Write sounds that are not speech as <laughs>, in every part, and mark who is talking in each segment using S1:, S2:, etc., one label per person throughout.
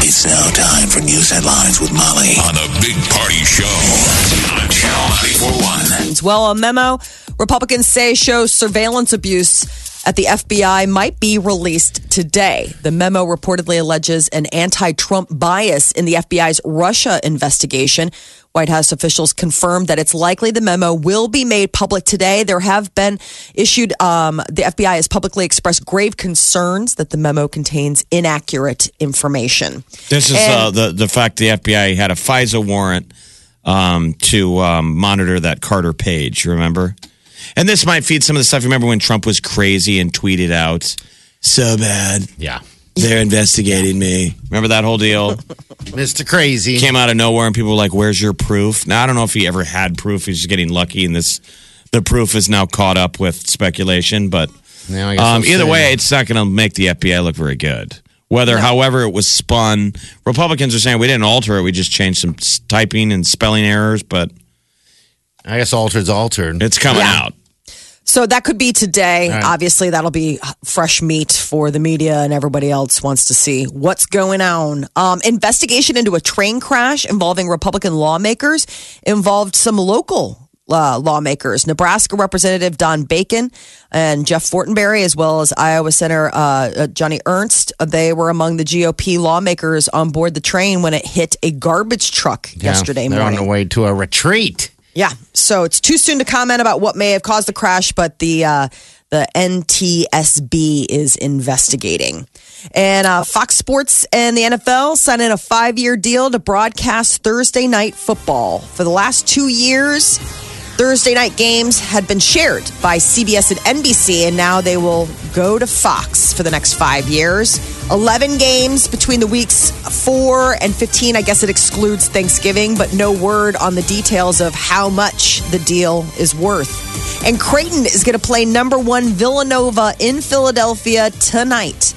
S1: It's now time for news headlines with Molly on the Big Party Show on Channel 941.
S2: Well, a memo Republicans say shows surveillance abuse at the FBI might be released today. The memo reportedly alleges an anti Trump bias in the FBI's Russia investigation. White House officials confirmed that it's likely the memo will be made public today. There have been issued, um, the FBI has publicly expressed grave concerns that the memo contains inaccurate information.
S3: This is uh, the the fact the FBI had a FISA warrant um, to um, monitor that Carter page. you Remember, and this might feed some of the stuff. Remember when Trump was crazy and tweeted out, "So bad,
S4: Yeah.
S3: they're investigating me." Remember that whole deal?
S4: <laughs> Mr. Crazy.
S3: Came out of nowhere, and people were like, "Where's your proof?" Now I don't know if he ever had proof. He's just getting lucky, and this the proof is now caught up with speculation. But
S4: Yeah, I guess
S3: um,
S4: we'll
S3: either
S4: see.
S3: way, it's not going to make the FBI look very good. Whether, however, it was spun, Republicans are saying we didn't alter it; we just changed some s- typing and spelling errors, but
S4: I guess altered's altered.
S3: it's coming out.
S2: So that could be today.
S4: right.
S2: Obviously, that'll be fresh meat for the media and everybody else wants to see what's going on. Um, investigation into a train crash involving Republican lawmakers involved some local. Uh, lawmakers, Nebraska Representative Don Bacon and Jeff Fortenberry, as well as Iowa Senator uh, uh, Johnny Ernst, they were among the GOP lawmakers on board the train when it hit a garbage truck
S4: Yeah,
S2: yesterday
S4: They're
S2: morning.
S4: on the way to a retreat.
S2: Yeah. So it's too soon to comment about what may have caused the crash, but the uh, the NTSB is investigating. And uh, Fox Sports and the NFL signed in a five year deal to broadcast Thursday night football. For the last two years, Thursday night games had been shared by CBS and NBC, and now they will go to Fox for the next five years. 11 games between the weeks 4 and 15. I guess it excludes Thanksgiving, but no word on the details of how much the deal is worth. And Creighton is going to play number one Villanova in Philadelphia tonight.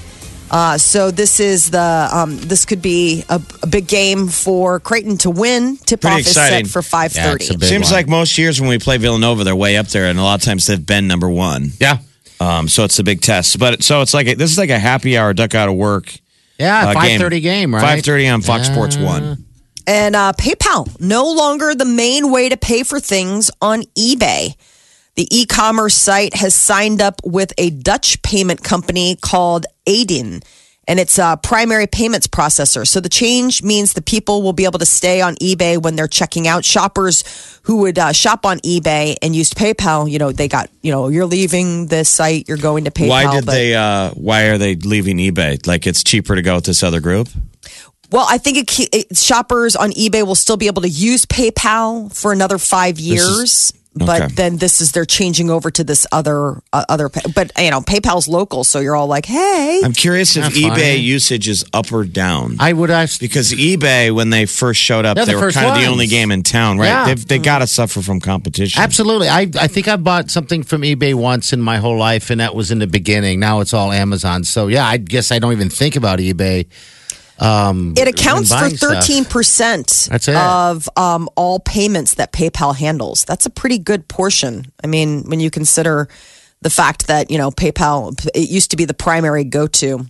S2: Uh, so this is the um, this could be a, a big game for Creighton to win. Tip off
S3: Pretty
S2: is set
S3: exciting.
S2: for five thirty.
S4: Yeah, it's a big
S3: Seems
S4: one.
S3: like most years when we play Villanova, they're way up there, and a lot of times they've been number one.
S4: Yeah.
S3: Um, so it's a big test. But so it's like a, this is like a happy hour duck out of work.
S4: Yeah,
S3: uh,
S4: 530 game, right?
S3: Five thirty on Fox Sports One.
S2: And uh, PayPal, no longer the main way to pay for things on eBay. The e commerce site has signed up with a Dutch payment company called Aden, and it's a primary payments processor. So the change means the people will be able to stay on eBay when they're checking out. Shoppers who would uh, shop on eBay and used PayPal, you know, they got, you know, you're leaving this site, you're going to PayPal.
S3: Why did
S2: but-
S3: they? Uh, why are they leaving eBay? Like it's cheaper to go with this other group.
S2: Well, I think it, ke- it, shoppers on eBay will still be able to use PayPal for another five years. But
S3: okay.
S2: then this is they're changing over to this other uh, other, pa- but you know PayPal's local, so you're all like, hey,
S3: I'm curious if
S4: Not
S3: eBay
S4: funny.
S3: usage is up or down.
S4: I would ask.
S3: because eBay, when they first showed up,
S4: They're
S3: they
S4: the
S3: were
S4: first
S3: kind of the
S4: ones.
S3: only game in town, right?
S4: Yeah. Mm-hmm.
S3: They've, they got to suffer from competition.
S4: Absolutely. I, I think I bought something from eBay once in my whole life, and that was in the beginning. Now it's all Amazon. So, yeah, I guess I don't even think about eBay.
S2: it accounts for
S4: buying stuff.
S2: thirteen percent
S4: That's it.
S2: of um, all payments that PayPal handles. That's a pretty good portion. I mean, when you consider the fact that you know PayPal, it used to be the primary go-to.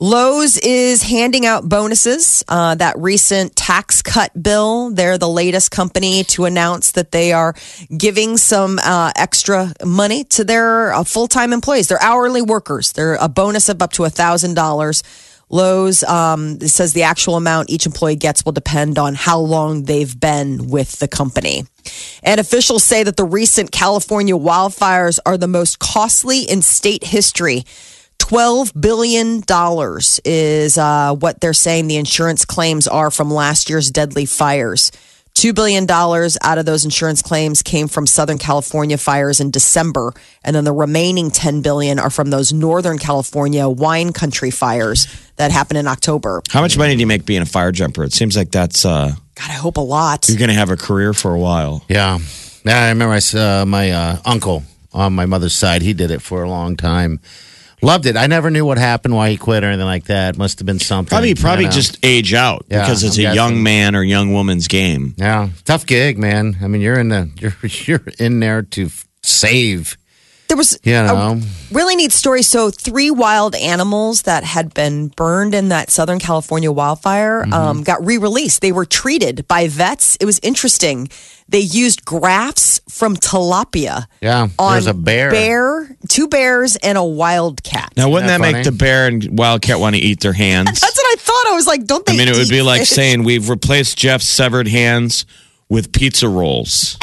S2: Lowe's is handing out bonuses. Uh, that recent tax cut bill, they're the latest company to announce that they are giving some uh, extra money to their uh, full time employees, their hourly workers. They're a bonus of up to $1,000. Lowe's um, says the actual amount each employee gets will depend on how long they've been with the company. And officials say that the recent California wildfires are the most costly in state history. $12 billion is uh, what they're saying the insurance claims are from last year's deadly fires. $2 billion out of those insurance claims came from Southern California fires in December. And then the remaining $10 billion are from those Northern California wine country fires that happened in October.
S3: How much money do you make being a fire jumper? It seems like that's uh,
S2: God, I hope a lot.
S3: you're going to have a career for a while.
S4: Yeah. Yeah, I remember I saw my uh, uncle on my mother's side. He did it for a long time. Loved it. I never knew what happened, why he quit or anything like that. Must have been something.
S3: Probably,
S4: you
S3: probably
S4: know.
S3: just age out
S4: Yeah,
S3: because it's
S4: I'm
S3: a young man or young woman's game.
S4: Yeah, tough gig, man. I mean, you're in the you're <laughs> you're in there to f- save.
S2: There was
S4: You
S2: a
S4: know.
S2: really neat story. So, three wild animals that had been burned in that Southern California wildfire
S4: Mm-hmm.
S2: um, got re released. They were treated by vets. It was interesting. They used grafts from tilapia.
S4: Yeah,
S2: on
S4: there's a bear.
S2: bear, two bears, and a wildcat.
S3: Now, wouldn't that,
S4: Isn't that
S3: make
S4: funny?
S3: the bear and wildcat want to eat
S4: <laughs>
S3: their hands?
S2: That's what I thought. I was like, don't they?
S3: I mean, it would
S2: eat
S3: be like
S2: fish?
S3: saying we've replaced Jeff's severed hands with
S4: <laughs>
S3: pizza rolls.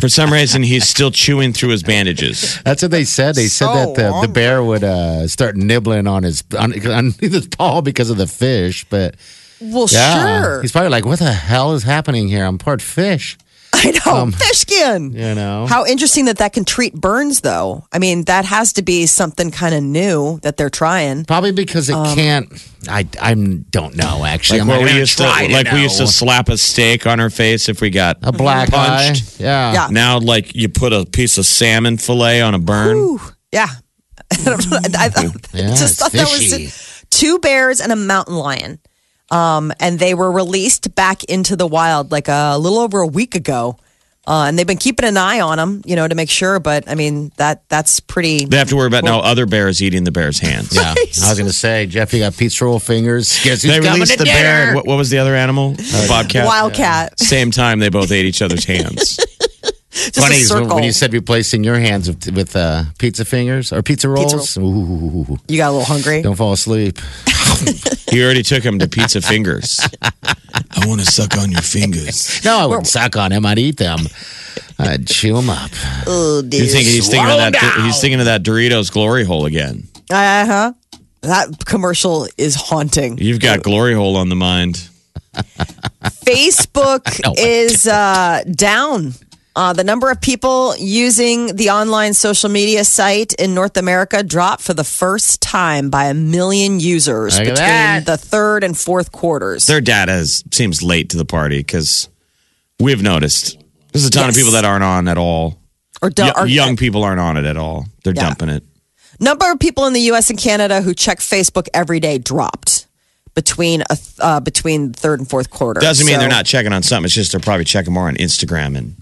S3: For some reason, he's still chewing through his bandages.
S4: That's what they said. They
S2: So
S4: said that the, the
S2: hungry.
S4: bear would uh, start nibbling on his on, on <laughs> his paw because of the fish. But
S2: well,
S4: yeah,
S2: sure.
S4: he's probably like, "What the hell is happening here? I'm part fish."
S2: <laughs> I know fish skin.
S4: You know,
S2: How interesting that that can treat burns, though. I mean, that has to be something kind of new that they're trying.
S4: probably because it
S2: Um,
S4: can't. I I don't know actually.
S3: Like
S4: I'm
S3: where
S4: not
S3: we
S4: gonna
S3: used to,
S4: try
S3: like we
S4: know.
S3: used to slap a steak on her face if we got
S4: a black
S3: punched.
S4: eye. Yeah,
S2: Yeah.
S3: Now, like you put a piece of salmon fillet on a burn.
S2: Ooh, yeah. <laughs> I don't know. I, I
S4: Mm-hmm. Yeah,
S2: just
S4: it's
S2: thought that
S4: fishy.
S2: was two bears and a mountain lion. Um, and they were released back into the wild like a little over a week ago. Uh, and they've been keeping an eye on them, you know, to make sure. But I mean, that that's pretty.
S3: They have to worry about now other bears eating the bear's hands.
S4: Yeah, I was gonna say, Jeff, you got pizza roll fingers. Guess who's
S3: <laughs> They
S4: coming
S3: released
S4: to
S3: the
S4: dinner?
S3: bear. And what, what was the
S4: <laughs>
S3: other animal? The bobcat.
S2: Wildcat,
S3: Same time, they both ate each
S4: <laughs>
S3: other's hands.
S2: <laughs> just
S4: Funny
S2: a
S4: is when,
S2: circle.
S4: when you
S2: you,
S4: said replacing your hands with, with uh, pizza fingers or pizza rolls. Ooh,
S2: got a little hungry.
S4: don't fall asleep.
S3: He already took him to pizza fingers. I want to suck on your fingers.
S4: No, I wouldn't suck on him. I'd eat them. I'd chew them up.
S2: Oh,
S3: He's
S2: dear.
S3: thinking, he's thinking of
S4: Slow
S3: that. He's thinking of that Doritos glory hole again.
S2: Uh huh. That commercial is
S3: <laughs>
S2: haunting.
S3: You've got glory hole on the mind.
S2: Facebook is uh, down. Uh, the number of people using the online social media site in North America dropped for the first time by a million users
S4: Look at
S2: between
S4: that.
S2: the third and fourth quarters.
S3: Their data is, seems late to the party because we've noticed there's a ton of
S2: Yes.
S3: people that aren't on at all.
S2: or do-
S3: Y-
S2: or-
S3: young people aren't on it at all. They're dumping it.
S2: number of people in the U.S. and Canada who check Facebook every day dropped between a th- uh, between third and fourth quarter.
S3: Doesn't mean
S2: So
S3: they're not checking on something. It's just they're probably checking more on Instagram and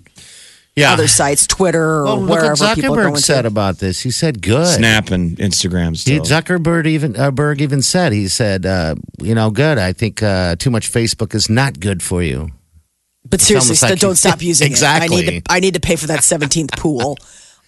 S4: Yeah.
S2: other sites, Twitter or
S4: well, look
S2: wherever
S4: what
S2: people are
S4: Zuckerberg
S2: going
S4: said
S2: to.
S4: about this. He said, "Good."
S3: Snap and Instagram
S4: He-
S3: still.
S4: Zuckerberg even uh, Berg even said he said, uh, "You know, good. I think uh, too much Facebook is not good for you."
S2: But seriously,
S4: almost
S2: st-
S4: like-
S2: don't
S4: <laughs>
S2: stop using it. I need
S4: Exactly.
S2: to I need to pay for that seventeenth pool.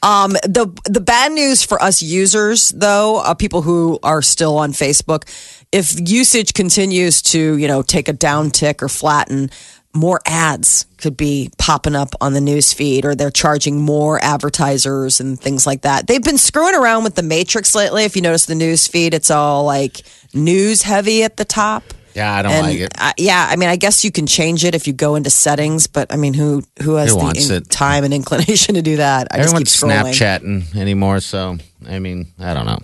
S2: Um, the the bad news for us users, though, uh, people who are still on Facebook, if usage continues to you know take a down tick or flatten, more ads could be popping up on the news feed, or they're charging more advertisers and things like that. They've been screwing around with the matrix lately. If you notice the news feed, it's all like news heavy at the top
S4: Yeah, I don't
S2: and
S4: like it.
S2: I, yeah, I mean, I guess you can change it if you go into settings, but I mean, who who has
S4: Who
S2: the
S4: wants
S2: in-
S4: it?
S2: time and inclination <laughs> to do that? I
S4: Everyone's
S2: just keep scrolling.
S4: Snapchatting anymore, so I mean, I don't know.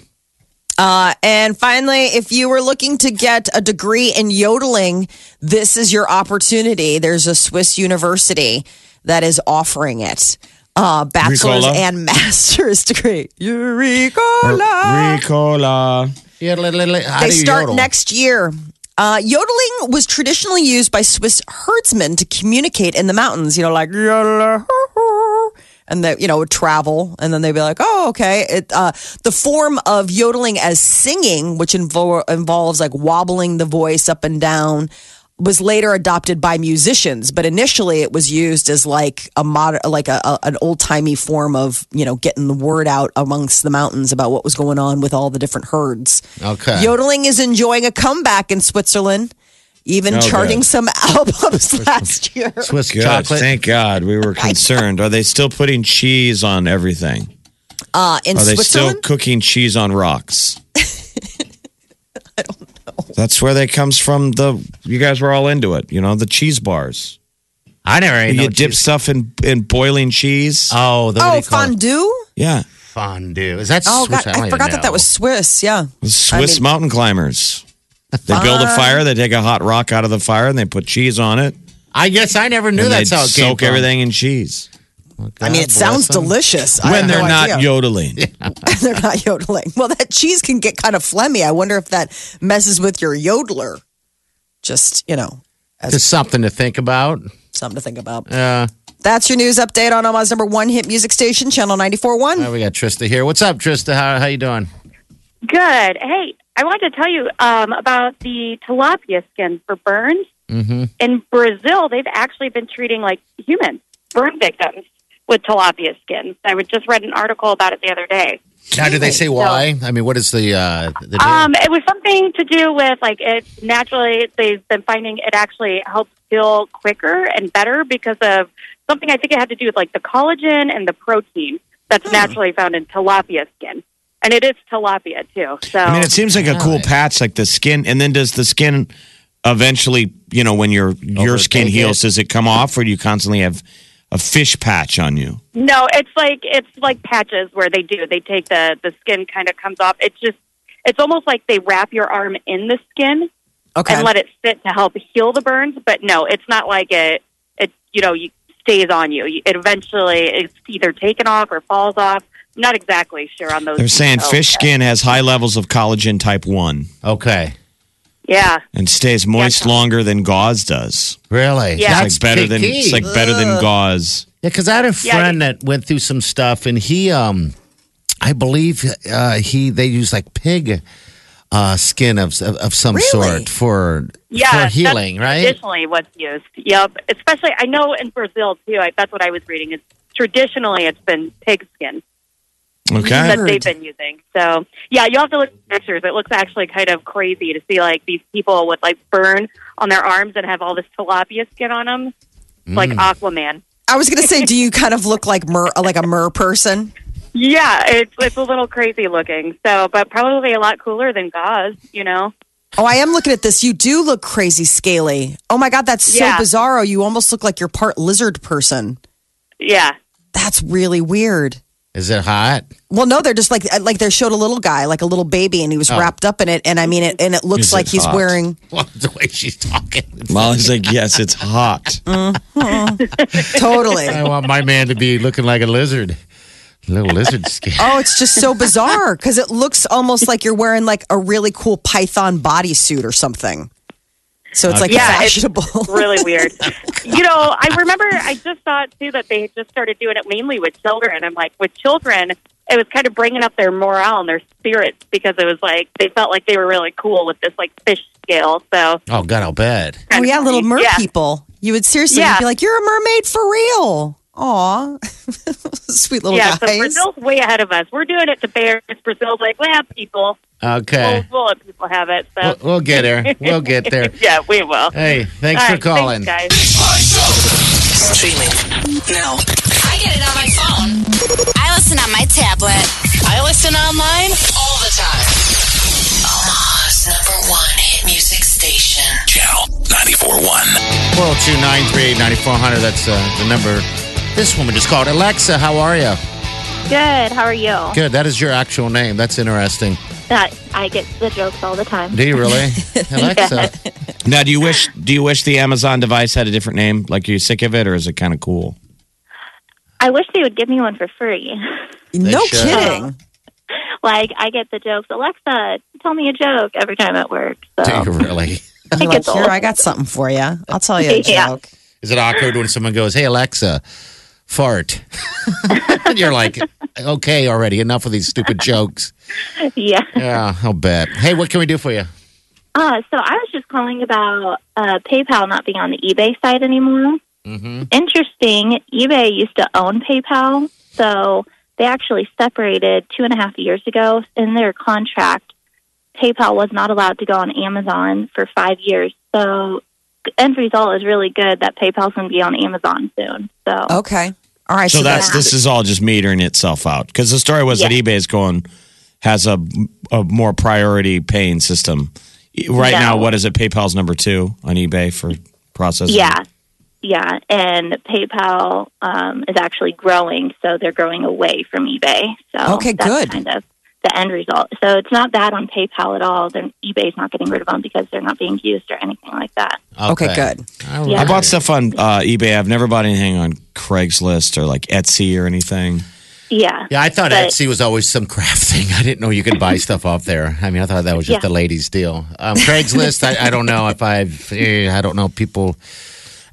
S2: Uh, and finally, if you were looking to get a degree in yodeling, this is your opportunity. There's a Swiss university that is offering it. Uh, bachelor's
S3: Ricola?
S2: and <laughs> master's degree. Eureka!
S3: Ricola.
S4: Yeah, li- li- li- how
S2: They
S4: do you
S2: start
S4: yodel?
S2: next year. Uh, yodeling was traditionally used by Swiss herdsmen to communicate in the mountains, you know, like, yodeler, hoo, hoo. and they, you know, would travel. And then they'd be like, oh, okay. It, uh, the form of yodeling as singing, which invo- involves like wobbling the voice up and down, was later adopted by musicians. But initially it was used as like a modern, like a, a, an old timey form of, you know, getting the word out amongst the mountains about what was going on with all the different herds.
S4: Okay.
S2: Yodeling is enjoying a comeback in Switzerland, even
S3: Oh,
S2: charting
S3: good.
S2: some <laughs> albums last year.
S4: Swiss
S3: Good.
S4: chocolate.
S3: Thank God.
S2: <laughs>
S3: We were concerned. Are they still putting cheese on everything?
S2: Uh, in
S3: Are they still
S2: Switzerland,
S3: cooking cheese on
S2: <laughs>
S3: rocks? I don't know. That's where they comes from. The you guys were all into it, you know, the cheese bars.
S4: I never ate
S3: you
S4: no
S3: dip
S4: cheese.
S3: stuff in in boiling cheese.
S4: Oh, the, what do
S2: Oh,
S4: you call it?
S2: fondue?
S3: yeah,
S4: fondue. Is that
S2: Oh,
S4: Swiss?
S2: God. I
S4: don't
S2: forgot
S4: even
S2: that that
S4: know.
S2: was Swiss. Yeah.
S3: Swiss
S2: mean-
S3: mountain
S4: <laughs>
S3: climbers. They build a
S4: Ah.
S3: fire, they take a hot rock out of the fire, and they put cheese on it.
S4: I guess I never knew
S3: And
S4: that's
S3: they
S4: how it came.
S3: soak
S4: from.
S3: everything in cheese
S2: I mean, it
S4: God
S2: sounds
S4: bless 'em.
S2: delicious. I
S3: when
S2: have
S3: they're
S2: no <laughs>
S3: not
S2: idea.
S3: yodeling.
S2: they're not yodeling. Well, that cheese can get kind of phlegmy. I wonder if that messes with your yodeler. Just, you know,
S4: Just something to think about.
S2: something to think about.
S4: Uh,
S2: That's your news update on Omaha's number one hit music station, Channel 94.1.
S4: now we got Trista here. What's up, Trista? How how you doing?
S5: Good. Hey, I wanted to tell you um, about the tilapia skin for burns. Mm-hmm. In Brazil, they've actually been treating like human burn victims with tilapia skin. I would just read an article about it the other day.
S4: Now, do they say why? I mean, what is the uh, the deal?
S5: Um, it was something to do with like it naturally. They've been finding it actually helps heal quicker and better because of something. I think it had to do with like the collagen and the protein that's
S3: Hmm.
S5: naturally found in tilapia skin, and it is tilapia too. So
S4: Oh.
S3: I mean, it seems like a cool patch, like the skin. And then does the skin eventually, you know, when your your skin
S4: Overtake
S3: heals,
S4: it.
S3: does it come off, or do you constantly have a fish patch on you?
S5: No, it's like it's like patches where they do. They take the the skin kind of comes off. It's just it's almost like they wrap your arm in the skin
S4: Oh.
S2: Okay.
S5: and let it sit to help heal the burns. But no, it's not like it it you know you stays on you. You- It eventually it's either taken off or falls off. I'm not exactly sure on those.
S3: They're saying
S4: Oh,
S5: details.
S3: fish skin has high levels of collagen type one
S4: okay,
S5: Yeah,
S3: and stays moist
S5: Yeah.
S3: longer than gauze does.
S4: really?
S3: It's
S5: Yeah.
S4: That's
S3: like better than
S4: big
S3: it's
S4: key.
S3: like better than gauze.
S4: Yeah, because I had a
S5: Yeah, I
S4: friend that went through some stuff, and he, um, I believe uh, he they used like pig uh, skin of of, of some
S2: Really?
S4: sort for
S5: yeah.
S4: for healing,
S5: that's
S4: right?
S5: Traditionally, what's used. Yep. Especially, I know in Brazil too. I, that's what I was reading. Is traditionally it's been pig skin.
S3: Okay.
S5: that they've been using. So yeah, you'll have to look at pictures. It looks actually kind of crazy to see like these people with like burn on their arms and have all this tilapia skin on them, like Aquaman.
S2: I was going to say, do you kind of look like mer, like a mer person?
S5: Yeah, it's it's a little crazy looking. So, but probably a lot cooler than gauze, you know.
S2: Oh, I am looking at this. You do look crazy scaly. Oh my God, that's so
S5: Yeah.
S2: bizarro. You almost look like you're part lizard person.
S5: Yeah.
S2: That's really weird.
S4: Is it hot? <laughs>
S2: Well, no, they're just like uh, like they showed a little guy, like a little baby, and he
S5: Oh.
S2: was wrapped up in it. And I mean, it and it looks
S3: Is
S2: like
S3: it
S2: he's
S3: hot?
S5: <laughs>
S2: wearing.
S4: Well, the way she's talking,
S3: Molly's like, yes, it's hot.
S2: Totally.
S4: I want my man to be looking like a lizard, little lizard skin.
S2: Oh, it's just so bizarre because it looks almost like you're wearing like a really cool python bodysuit or something. So it's like
S5: Okay. Uh, Yeah, it's
S2: fashionable. <laughs>
S5: really weird. you know, I remember I just saw it too that they had just started doing it mainly with children. I'm like, with children, it was kind of bringing up their morale and their spirits because it was like they felt like they were really cool with this like fish scale. So,
S4: <laughs> Oh God, I'll bet.
S2: oh yeah, little mer
S5: Yeah.
S2: people. You would seriously
S5: Yeah.
S2: be like, you're a mermaid for real. Aw, <laughs> sweet little
S5: yeah, so
S2: guys.
S5: Brazil's way ahead of us. We're doing it to bears. Brazil's like, well, people, we'll,
S4: Okay,
S5: we'll let people have it. So,
S4: we'll, we'll get there. We'll get there.
S5: <laughs> yeah, we will.
S4: Hey, thanks
S5: All
S4: for
S5: right,
S4: calling.
S5: guys.
S6: Streaming now.
S7: I get it on my phone. I listen on my tablet. I listen online all the time.
S6: Omaha's number one hit music station.
S1: Channel 94.1.
S4: 402 938 9400. That's uh, the number. This woman just called. Alexa, how are you?
S8: Good. How are you?
S4: Good. That is your actual name. That's interesting.
S8: That I get the jokes all the time.
S4: Do you
S2: <laughs>
S4: really? Alexa.
S3: Now, do you wish do you wish the Amazon device had a different name? Like, are you sick of it, or is it kind of cool?
S8: I wish they would give me one for free. <laughs>
S2: no
S4: should.
S2: kidding.
S8: like I get the jokes. Alexa, tell me a joke every time at work.
S4: Do
S3: Oh.
S8: So
S4: you really?
S2: You're
S8: think
S2: like,
S8: it's old.
S2: here, I got something for you. I'll tell
S5: <laughs>
S2: you a
S8: Yeah.
S2: joke.
S4: Is it awkward when someone goes, Hey, Alexa, fart? <laughs> and you're like, Okay, already. Enough of these stupid jokes.
S8: <laughs> yeah.
S4: Yeah, I'll bet. Hey, what can we do for you?
S8: Uh, so I was just calling about uh, PayPal not being on the eBay site anymore.
S4: Mm-hmm.
S8: Interesting. eBay used to own PayPal, so they actually separated two and a half years ago. In their contract, PayPal was not allowed to go on Amazon for five years. So the end result is really good that PayPal's going to be on Amazon soon. So
S2: Okay. All right.
S3: So, that's
S8: that's-
S3: this is all just metering itself out because the story was that
S8: Yeah.
S3: eBay's going has a, a more priority paying system right now.
S8: No.
S3: What is it? PayPal's number two on eBay for processing.
S8: yeah, yeah, and PayPal um, is actually growing, so they're growing away from eBay. So
S2: Okay,
S8: that's
S2: good.
S8: Kind of the end result. So it's not bad on PayPal at all. Then eBay's not getting rid of them because they're not being used or anything like that.
S2: Okay, good.
S4: All
S8: Yeah.
S3: I
S4: right.
S3: bought stuff on uh, eBay. I've never bought anything on Craigslist or like Etsy or anything.
S8: Yeah,
S4: Yeah, I thought
S8: But-
S4: Etsy was always some crap <laughs> thing. I didn't know you could buy stuff off there. I mean, I thought that was just the
S8: Yeah.
S4: ladies' deal. Um, Craigslist, I, I don't know if I've, eh, I don't know people.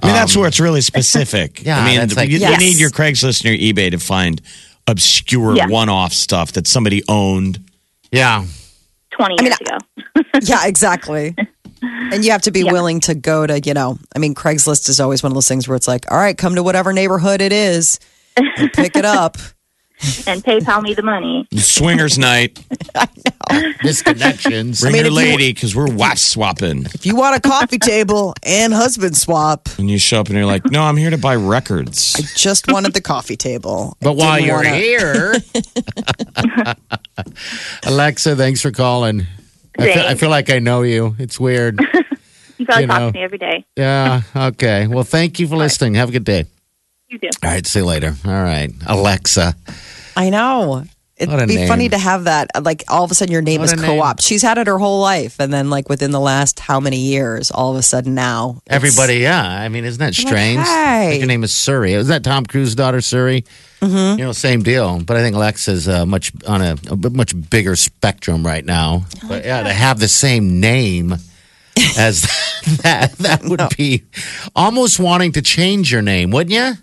S3: I mean, that's where it's really specific.
S4: Um, <laughs> Yeah,
S3: I mean,
S4: that's like-
S3: you,
S2: Yes.
S3: you need your Craigslist and your eBay to find obscure
S8: Yeah.
S3: one-off stuff that somebody owned.
S4: Yeah,
S8: twenty
S2: I mean,
S8: years ago.
S2: Yeah, exactly. And you have to be willing to go to, you know, I mean, Craigslist is always one of those things where it's like, all right, come to whatever neighborhood it is and pick it up.
S8: and PayPal me the money.
S3: Swingers night.
S4: misconnections.
S3: Bring
S2: mean,
S3: your
S2: if you-
S3: lady because we're wife swapping.
S2: If you want a coffee table and husband swap,
S3: And you show up and you're like, no, I'm here to buy records.
S2: just wanted the coffee table.
S4: But while
S2: Didn't
S4: you're
S2: wanna- <laughs>
S4: here, Alexa, thanks for calling. I feel, I
S8: Thanks.
S4: feel like I know you. It's
S8: <laughs>
S4: weird. You
S8: You probably talk
S4: know.
S8: to me every day.
S4: Yeah. Okay. Well, thank you for listening. Have a good day.
S8: You do.
S4: All right. See you later. All right. Alexa.
S2: I know.
S4: What a
S2: It'd be
S4: name.
S2: funny to have that. Like all of a sudden, your name
S4: What
S2: is
S4: a name.
S2: co-op. She's had it her whole life, and then like within the last how many years, all of a sudden now it's-
S4: Everybody. Yeah. I mean, isn't that strange?
S2: hey.
S4: Like Your name is Suri. Isn't that Tom Cruise's daughter, Suri? You know, same deal. But I think Alexa's uh, much on a, a bit much bigger spectrum right now. But yeah, to have the same name as that, that would be almost wanting to change your name, wouldn't you?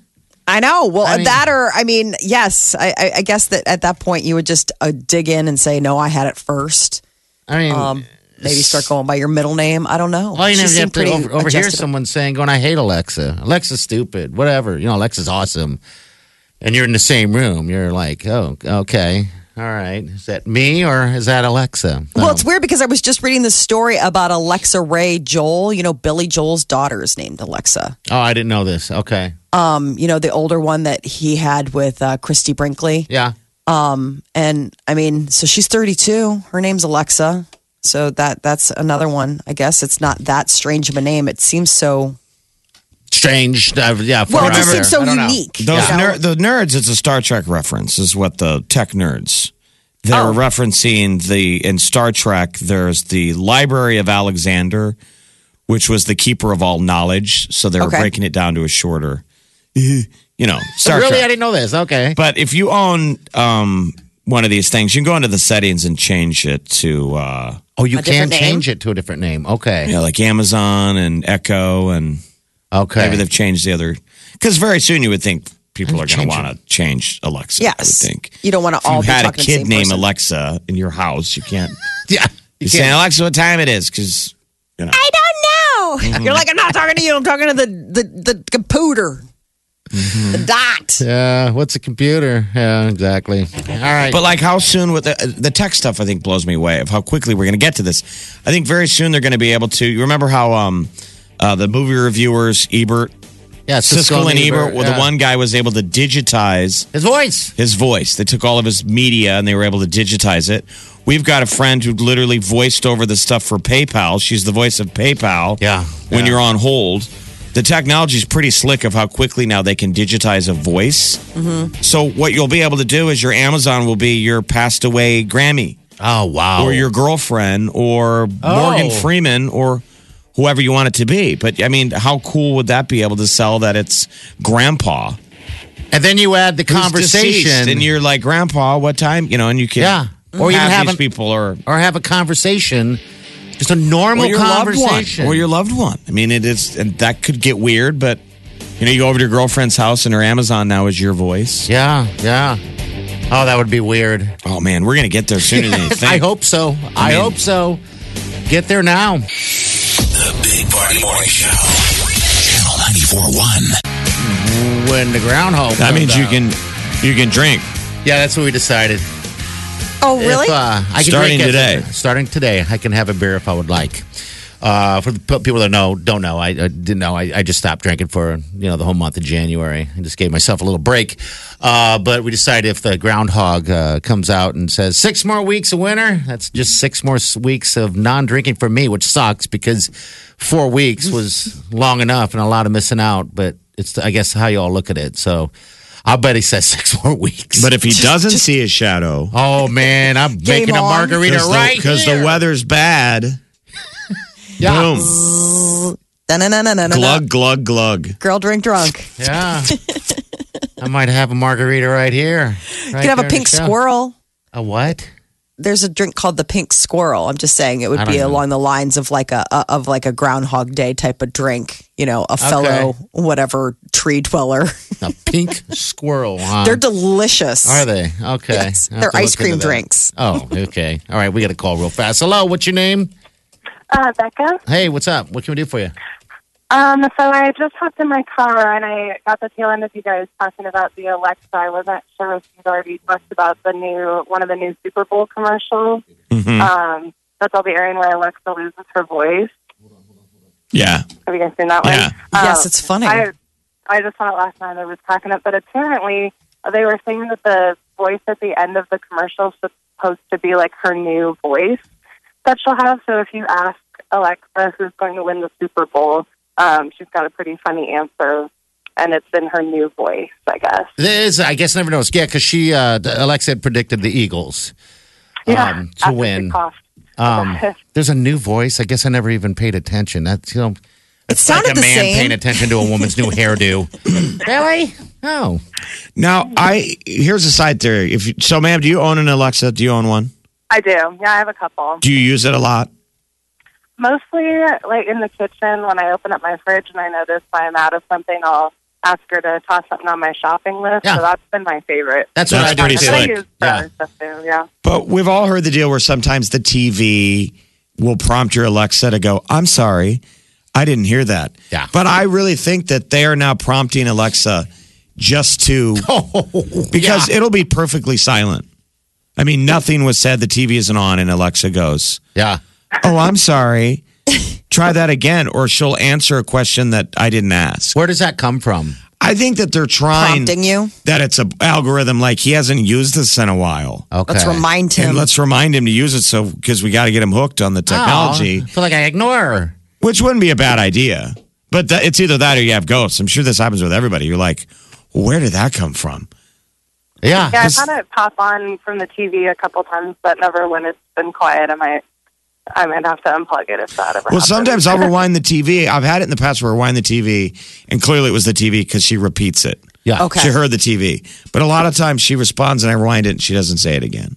S2: I know. Well,
S4: I mean-
S2: that or I mean, yes, I, I, I guess that at that point you would just uh, dig in and say, "No, I had it first.
S4: I mean,
S2: Um, maybe start going by your middle name. I don't know.
S4: Mm. Well, you
S2: She
S4: never have
S2: seemed
S4: to
S2: pretty
S4: over, overhear
S2: adjusted.
S4: someone saying, going, I hate Alexa. Alexa's stupid. Whatever. You know, Alexa's awesome. And you're in the same room. You're like, oh, okay. All right. Is that me or is that Alexa? Oh.
S2: Well,
S4: No.
S2: it's weird because I was just reading this story about Alexa Ray Joel. You know, Billy Joel's daughter is named Alexa.
S4: oh, I didn't know this. Okay.
S2: Um, you know, the older one that he had with uh, Christy Brinkley.
S4: Yeah.
S2: Um, and I mean, so she's 32. Her name's Alexa. So that that's another one. I guess it's not that strange of a name. It seems so
S4: Strange. Uh, yeah.
S2: well. It just
S4: forever.
S2: seems so
S4: I don't know.
S2: unique.
S3: Those
S2: you know?
S3: ner- the nerds, it's a Star Trek reference, is what the tech nerds. They're referencing the in Star Trek. There's the Library of Alexander, which was the keeper of all knowledge. So they're
S2: Okay.
S3: breaking it down to a shorter, <laughs> you know, Star
S4: really? I
S3: Trek.
S4: didn't know this. Okay.
S3: But if you own um, one of these things, you can go into the settings and change it to uh,
S4: oh, you
S2: A
S4: can
S2: different name?
S4: change it to a different name. Okay.
S3: you know, like Amazon and Echo, and
S4: Okay.
S3: maybe they've changed the other. Because very soon you would think people are going to
S4: Change it.
S3: want to change Alexa. I would
S2: Yes,
S3: think.
S2: you don't want to
S3: if
S2: all
S3: you
S2: be
S3: had a
S2: talking to the
S3: kid
S2: same
S3: named
S2: person.
S3: Alexa in your house, you
S2: <laughs>
S3: can't.
S4: <laughs> yeah.
S3: You saying Alexa, what time it is? Because you know,
S2: I don't know. You're like, I'm not talking to you. I'm talking to the the, the computer,
S4: Mm-hmm.
S2: the dot.
S4: Yeah. What's a computer? Yeah, exactly. All right.
S3: but like, how soon with the, the tech stuff? I think blows me away of how quickly we're going to get to this. I think very soon they're going to be able to. You remember how um, uh, the movie reviewers Ebert,
S4: yeah,
S3: Siskel and Ebert, were
S4: yeah.
S3: the one guy was able to digitize
S4: His voice.
S3: his voice. They took all of his media and they were able to digitize it. We've got a friend who literally voiced over the stuff for PayPal. She's the voice of PayPal.
S4: Yeah,
S3: When
S4: yeah.
S3: you're on hold, the technology is pretty slick of how quickly now they can digitize a voice. Mm-hmm. So what you'll be able to do is your Amazon will be your passed away Grammy
S4: Oh wow!
S3: or your girlfriend or
S4: Oh.
S3: Morgan Freeman or whoever you want it to be. But I mean, how cool would that be able to sell that it's grandpa?
S4: and then you add the
S3: who's
S4: conversation,
S3: deceased, and you're like, Grandpa, what time? You know, and you can
S4: Yeah.
S3: or
S4: Or
S3: you
S4: even
S3: have,
S4: have
S3: these
S4: an-
S3: people or
S4: or have a conversation, just a normal
S3: or your loved one
S4: conversation,
S3: or your loved one. I mean, it is, and that could get weird, but you know, you go over to your girlfriend's house and her Amazon now is your voice.
S4: yeah, yeah. Oh, that would be weird.
S3: Oh man, we're gonna get there
S4: <laughs>
S3: sooner than you think.
S4: I hope so. I,
S3: mean-
S4: hope so. Get there now.
S1: The Big Party Morning Show. Channel 94.1.
S4: When the groundhog.
S3: That
S4: comes
S3: means you
S4: out.
S3: can you can drink.
S4: Yeah, that's what we decided.
S2: Oh, really?
S4: If, uh, I can
S3: Starting
S4: drink as
S3: today.
S4: a- starting today, I can have a beer if I would like. Uh, for the p- people that know, don't know, I, I didn't know. I, I just stopped drinking for you know the whole month of January. I just gave myself a little break. Uh, but we decided if the groundhog uh, comes out and says six more weeks of winter, that's just six more s- weeks of non-drinking for me, which sucks because four weeks was long enough and a lot of missing out. But it's I guess how you all look at it. So I bet he says <laughs> six more weeks.
S3: But if he doesn't see his shadow,
S4: oh man, I'm
S2: Game
S4: making a
S2: on.
S4: margarita right
S3: because the,
S4: here.
S3: weather's bad.
S4: Yeah. Mm-hmm.
S3: Boom.
S2: Glug.
S3: Glug, glug, glug.
S2: Girl, drink drunk.
S4: Yeah.
S2: <laughs>
S4: I might have a margarita right here. Right
S2: you could
S4: there
S2: have a
S4: in the
S2: pink
S4: shower.
S2: squirrel.
S4: A what?
S2: There's a drink called the pink squirrel. I'm just saying it would
S4: I don't
S2: be
S4: know.
S2: along the lines of like a, a of like a groundhog day type of drink, you know, a fellow whatever tree dweller. <laughs>
S4: A pink squirrel, huh?
S2: They're delicious.
S4: Are they? Okay.
S2: Yes,
S4: Um, I'll have
S2: they're
S4: to look
S2: ice cream
S4: into that.
S2: drinks.
S4: Oh, okay. All right, we got to call real fast. Hello, what's your name?
S5: Uh, Becca?
S4: Hey, what's up? What can we do for you?
S5: Um, so I just hopped in my car and I got the tail end of you guys talking about the Alexa. I wasn't sure if you'd already talked about the new one of the new Super Bowl commercials.
S3: Mm-hmm.
S4: Uh,
S5: Um, that's all the airing where Alexa loses her voice.
S3: Yeah.
S5: Have you guys seen that
S3: Yeah.
S5: one? Um,
S2: Yes, it's funny.
S5: I, I just saw it last night. I was talking up, but apparently they were saying that the voice at the end of the commercial is supposed to be like her new voice that she'll have. So if you ask Alexa who's going to win the Super Bowl, um, she's got a pretty funny answer, and it's in her new voice, I guess.
S4: There is, I guess, I never knows. Yeah, because she, uh, Alexa had predicted the Eagles um, to
S5: after she
S4: win.
S5: coughed.
S4: Um,
S2: <laughs>
S4: there's a new voice. I guess I never even paid attention. That's you know,
S2: it
S4: like
S2: sounded
S4: a
S2: the
S4: man
S2: same.
S4: paying attention to a woman's new hairdo. <laughs> really? Oh,
S3: Now, I here's a side theory. If you, so, ma'am, do you own an Alexa? Do you own one?
S5: I do. Yeah, I have a couple.
S3: Do you use it a lot?
S5: mostly like in the kitchen when I open up my fridge and I notice I'm out of something, I'll ask her to toss something on my shopping list.
S4: Yeah.
S5: So that's been my favorite.
S4: that's,
S3: That's
S4: what I
S3: pretty
S4: do. too.
S5: And I
S3: slick.
S5: use for
S4: Yeah.
S5: other stuff too. Yeah.
S3: But we've all heard the deal where sometimes the TV will prompt your Alexa to go, "I'm sorry, I didn't hear that."
S4: Yeah.
S3: But I really think that they are now prompting Alexa just
S4: <laughs>
S3: to
S4: Oh,
S3: because it'll be perfectly silent. I mean, nothing was said. The TV isn't on, and Alexa goes,
S4: Yeah. <laughs>
S3: "Oh, I'm sorry." Try that again, or she'll answer a question that I didn't ask.
S4: Where does that come from?
S3: I think that they're trying
S2: prompting you.
S3: that it's an algorithm like he hasn't used this in a while.
S4: Okay.
S2: Let's remind
S3: And
S2: him.
S3: let's remind him to use it so because we got to get him hooked on
S4: Oh,
S3: the technology,
S4: I feel like I ignore her.
S3: which wouldn't be a bad idea. But that, it's either that or you have ghosts. I'm sure this happens with everybody. You're like, where did that come from?
S4: Yeah.
S5: Yeah,
S3: Just-
S5: I've had it pop on from the TV a couple times, but never when it's been quiet. I might, I might have to unplug it if that ever.
S3: Well,
S5: happens.
S3: sometimes I'll rewind the TV. I've had it in the past where I rewind the TV, and clearly it was the TV because she repeats it.
S4: Yeah.
S2: Okay.
S3: She heard the TV. But a lot of times she responds and I rewind it and she doesn't say it again.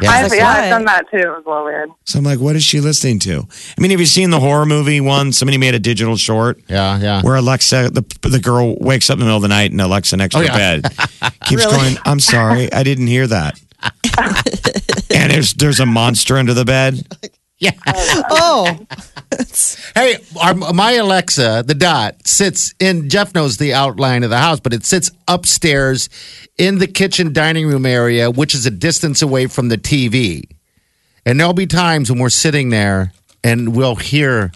S4: Yeah.
S5: I've, yeah,
S2: Why?
S5: I've done that too. It was a little weird.
S3: So I'm like, what is she listening to? I mean, have you seen the horror movie one? Somebody made a digital short.
S4: Yeah. Yeah.
S3: where Alexa, the the girl wakes up in the middle of the night and Alexa next to
S4: Oh,
S3: her
S4: yeah. <laughs>
S3: bed keeps
S2: Really?
S3: going. I'm sorry, I didn't hear that. and there's there's a monster under the bed.
S2: <laughs> oh,
S4: Hey, our, my Alexa, the dot, sits in, Jeff knows the outline of the house, but it sits upstairs in the kitchen dining room area, which is a distance away from the TV. And there'll be times when we're sitting there and we'll hear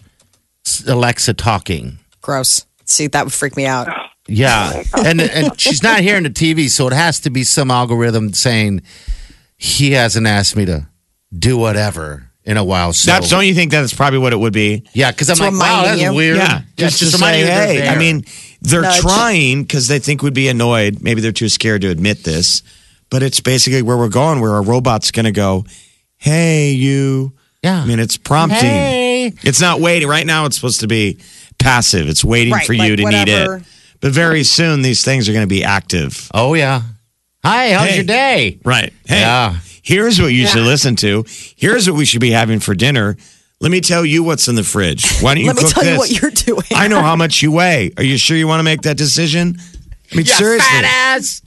S4: s- Alexa talking.
S2: gross. See, that would freak me out.
S4: Yeah. And, and she's not hearing the TV, so it has to be some algorithm saying, he hasn't asked me to do whatever in a while. So,
S3: That's don't you think that's probably what it would be?
S4: yeah, because I'm
S2: It's
S4: like, wow,
S2: reminding
S4: that's
S2: you.
S4: weird.
S3: Yeah, just, to say,
S4: reminding you they're
S3: hey, I
S4: there.
S3: mean, they're
S2: Nudge.
S3: trying because they think we'd be annoyed. Maybe they're too scared to admit this, but it's basically where we're going. Where a robot's going to go, hey you.
S4: yeah.
S3: I mean, it's prompting.
S4: Hey.
S3: It's not waiting. Right now, it's supposed to be passive. It's waiting
S2: Right,
S3: for you
S2: like
S3: to
S2: whatever.
S3: need it. But very soon, these things are going to be active.
S4: Oh yeah. Hi, how's
S3: Hey.
S4: your day?
S3: Right. Hey,
S4: Yeah.
S3: here's what you should listen to. Here's what we should be having for dinner. Let me tell you what's in the fridge.
S2: <laughs>
S3: Why don't you
S2: Let me
S3: cook
S2: tell you
S3: this?
S2: what you're doing.
S3: <laughs> I know how much you weigh. Are you sure you want to make that decision? I mean,
S4: You
S3: seriously.
S4: fat ass.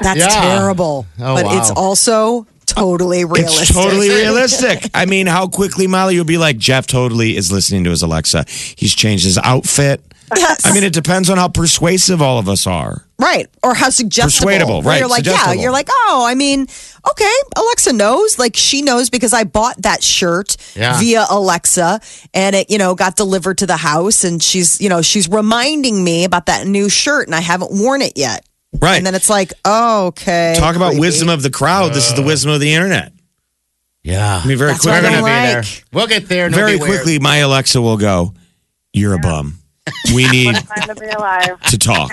S2: That's
S4: Yeah.
S2: terrible.
S4: Oh,
S2: but
S4: wow.
S2: it's also totally realistic. <laughs>
S3: It's totally realistic. I mean, how quickly Molly will be like, Jeff totally is listening to his Alexa. He's changed his outfit.
S2: Yes.
S3: I mean, it depends on how persuasive all of us are.
S2: Right. Or how suggestible.
S3: Persuadable,
S2: Where
S3: right,
S2: You're like, yeah,
S3: suggestible.
S2: you're like, oh, I mean, okay, Alexa knows. Like, she knows because I bought that shirt
S4: Yeah.
S2: via Alexa and it, you know, got delivered to the house. And she's, you know, she's reminding me about that new shirt and I haven't worn it yet.
S3: Right.
S2: And then it's like, oh, okay.
S3: Talk about
S2: creepy.
S3: wisdom of the crowd. this is the wisdom of the internet.
S4: Yeah.
S3: I mean, very
S2: That's what
S4: We're
S2: I
S3: quickly,
S4: gonna
S2: don't
S4: be there.
S2: like.
S4: We'll get there. no
S3: very
S4: beware.
S3: quickly, my Alexa will go. You're a bum. We need
S5: Time to be alive.
S2: <laughs>
S3: to talk.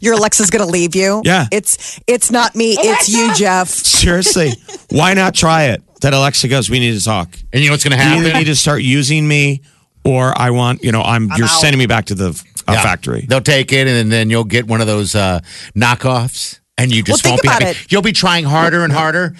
S2: Your Alexa's going to leave you.
S3: Yeah.
S2: It's it's not me. It's you, Jeff.
S3: Seriously, why not try it? That Alexa goes, we need to talk.
S4: And you know what's going to
S3: You
S4: happen?
S3: either need to start using me, or I want you know I'm, you're
S2: out.
S3: sending me back to the uh,
S4: Yeah.
S3: factory.
S4: They'll take it, and then you'll get one of those uh, knockoffs, and you just
S2: Well,
S4: won't
S2: think
S4: be
S2: about
S4: happy.
S2: it.
S4: You'll be trying harder and harder.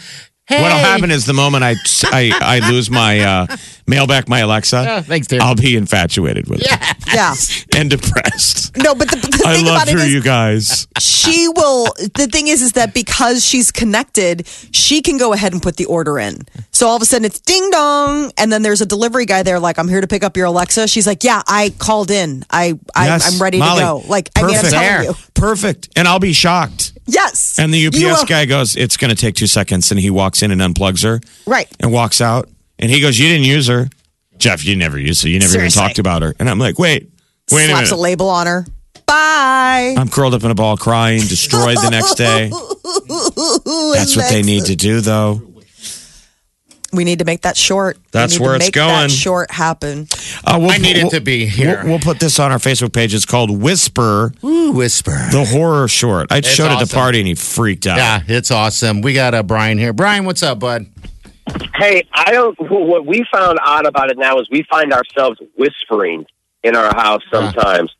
S4: Hey,
S3: What'll happen is the moment I I, I lose my uh, mail back my Alexa,
S4: Yeah, thanks, dear.
S3: I'll be infatuated with it
S2: Yeah.
S3: and depressed.
S2: No, but the, the
S3: I
S2: thing
S3: love
S2: about it
S3: her,
S2: is
S3: you guys.
S2: she will the thing is is that because she's connected she can go ahead and put the order in so all of a sudden it's ding dong and then there's a delivery guy there like i'm here to pick up your alexa she's like yeah i called in i, I
S3: Yes,
S2: i'm ready
S3: Molly,
S2: to go like i mean i'm
S3: perfect.
S2: telling
S4: There.
S2: you
S3: Perfect, and I'll be shocked.
S2: yes
S3: And the
S2: You
S3: UPS
S2: will-
S3: guy goes, "It's going to take two seconds," and he walks in and unplugs her.
S2: Right.
S3: And walks out, and he goes, "You didn't use her, Jeff. You never used her. You never
S2: Seriously.
S3: even talked about her." And I'm like, "Wait, wait
S2: slaps
S3: a
S2: a
S3: minute."
S2: label on her bye
S3: I'm curled up in a ball, crying, destroyed the
S2: <laughs>
S3: next day. That's what they need to do, though.
S2: we need to make that short We
S3: That's
S2: need to
S3: where it's
S2: make that
S3: going.
S2: short happen
S3: Uh, we'll,
S4: I need it
S3: we'll-
S4: to be here.
S3: We'll, we'll put this on our Facebook page. It's called Whisper,
S4: Ooh, whisper.
S3: the horror short. I showed it at the
S4: awesome.
S3: party, and he freaked out.
S4: Yeah, it's awesome. We got uh, Brian here. Brian, what's up, bud?
S9: Hey, I don't. <laughs> What we found odd about it now is we find ourselves whispering in our house
S4: Huh.
S9: sometimes,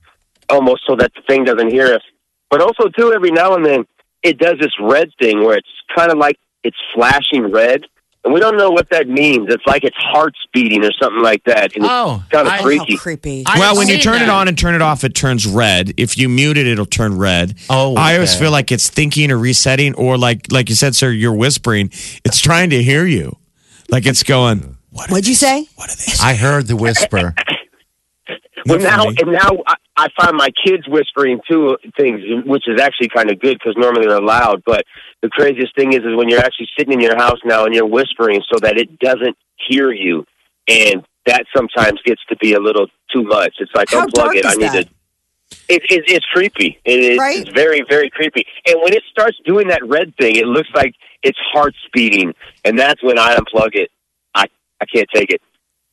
S9: almost so that the thing doesn't hear us. But also, too, every now and then it does this red thing where it's kind of like it's flashing red, and we don't know what that means. It's like its heart's beating or something like that. And
S4: Oh,
S9: it's kind
S4: I-
S9: of
S2: how
S9: freaky.
S2: creepy
S4: I
S3: well,
S4: haven't
S3: when you
S4: seen
S3: turn
S4: that.
S3: it on and turn it off, it turns red. If you mute it, it'll turn red.
S4: Oh,
S3: I always
S4: okay.
S3: feel like it's thinking or resetting, or like like you said, sir, you're whispering. It's trying to hear you, like it's going. What
S2: what'd you say
S3: What are these?
S4: I heard the whisper.
S9: Well,
S3: That's
S9: now
S3: funny.
S9: and now I, I find my kids whispering too things, which is actually kind of good because normally they're loud. But the craziest thing is, is when you're actually sitting in your house now and you're whispering so that it doesn't hear you, and that sometimes gets to be a little too much. It's like
S2: How dark
S9: unplug it.
S2: is
S9: I need
S2: that?
S9: to. It, it, it's creepy. It is
S2: Right?
S9: it's very, very creepy. And when it starts doing that red thing, it looks like its heart's beating, and that's when I unplug it. I I can't take it.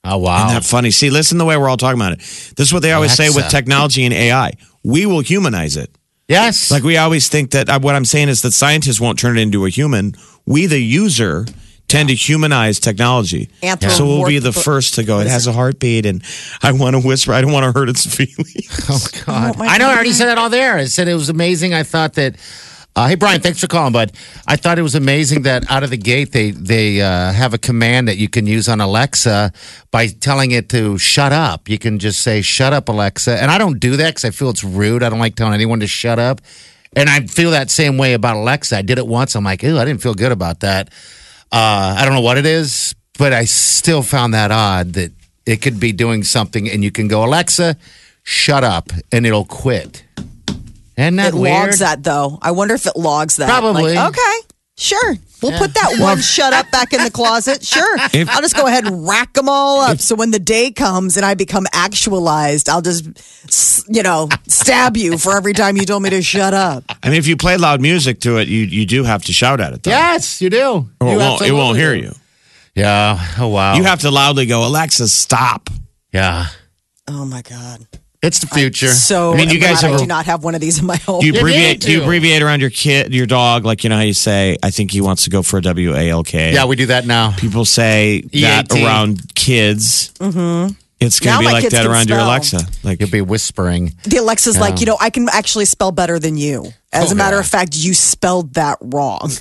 S4: Oh, wow.
S3: Isn't that funny? See, listen the way we're all talking about it. This is what they always say with
S4: Alexa.
S3: technology and AI. We will humanize it.
S4: yes.
S3: Like we always think that uh, what I'm saying is that scientists won't turn it into a human. We, the user, tend to humanize technology.
S2: Anthropomorph-
S3: So we'll be the first to go. It has a heartbeat, and I want to whisper. I don't want to hurt its <laughs> feelings.
S4: Oh God! I know. I already said that all there. I said it was amazing. I thought that. Uh, hey Brian, thanks for calling, bud. I thought it was amazing that out of the gate they they uh, have a command that you can use on Alexa by telling it to shut up. You can just say "shut up, Alexa," and I don't do that because I feel it's rude. I don't like telling anyone to shut up, and I feel that same way about Alexa. I did it once. I'm like, ooh, I didn't feel good about that. Uh, I don't know what it is, but I still found that odd that it could be doing something and you can go, Alexa, shut up, and it'll quit. Isn't that
S2: it
S4: weird?
S2: logs that though. I wonder if it logs that.
S4: Probably.
S2: Like, okay. Sure. We'll put that one
S3: <laughs>
S2: shut up back in the closet. Sure.
S3: If-
S2: I'll just go ahead and rack them all up. so when the day comes and I become actualized, I'll just, s- you know, stab you for every time you told me to shut up.
S3: I mean, if you play loud music to it, you you do have to shout at it. Though.
S4: Yes, you do.
S3: Or Oh, it
S4: You
S3: won't. It won't
S4: absolutely
S3: hear
S4: do.
S3: you.
S4: Yeah. Oh, wow.
S3: You have to loudly go, Alexa, stop.
S4: yeah.
S2: Oh my God.
S4: It's the future.
S2: So
S3: I mean, you
S2: I'm
S3: guys
S2: glad I
S3: have a-
S2: do not have one of these in my home.
S3: Do you
S4: Oh, You
S3: abbreviate?
S4: need
S3: Do you
S4: to.
S3: abbreviate around your kid, your dog? Like you know how you say, I think he wants to go for a walk.
S4: yeah, we do that now.
S3: people say
S2: E
S3: that
S4: EAT.
S3: around kids. Mm-hmm. It's
S2: Now
S3: gonna be
S2: my
S3: like
S2: kids
S3: that
S2: can
S3: around your
S2: spell.
S3: Alexa. Like
S4: You'll be whispering.
S2: the Alexa's like, you know, I can actually spell better than you. As a
S4: Oh,
S2: matter
S4: God.
S2: of fact, you spelled that wrong.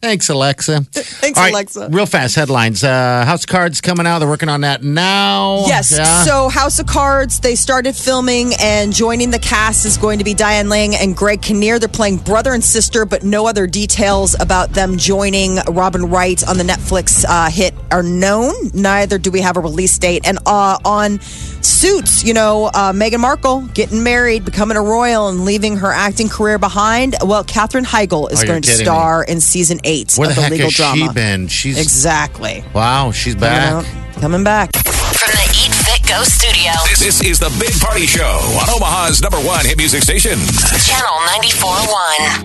S4: Thanks, Alexa.
S2: <laughs> Thanks,
S4: All right,
S2: Alexa.
S4: Real fast headlines. Uh, House of Cards coming out. They're working on that now.
S2: Yes.
S4: Oh, Yeah.
S2: So House of Cards, they started filming, and joining the cast is going to be Diane Lang and Greg Kinnear. They're playing brother and sister, but no other details about them joining Robin Wright on the Netflix uh, hit are known. Neither do we have a release date. And uh, on Suits, you know, uh, Meghan Markle getting married, becoming a royal, and leaving her acting career behind. Well, Katherine Heigl is
S4: Oh, you're
S2: going to
S4: kidding me.
S2: star in season eight
S4: Where the,
S2: of the,
S4: heck
S2: legal
S4: has
S2: drama.
S4: she been? She's
S2: Exactly.
S4: wow. She's back.
S2: Coming back.
S7: From the Eat Fit Go studio,
S1: This, this is the Big Party Show on Omaha's number one hit music station.
S7: Channel 94.1.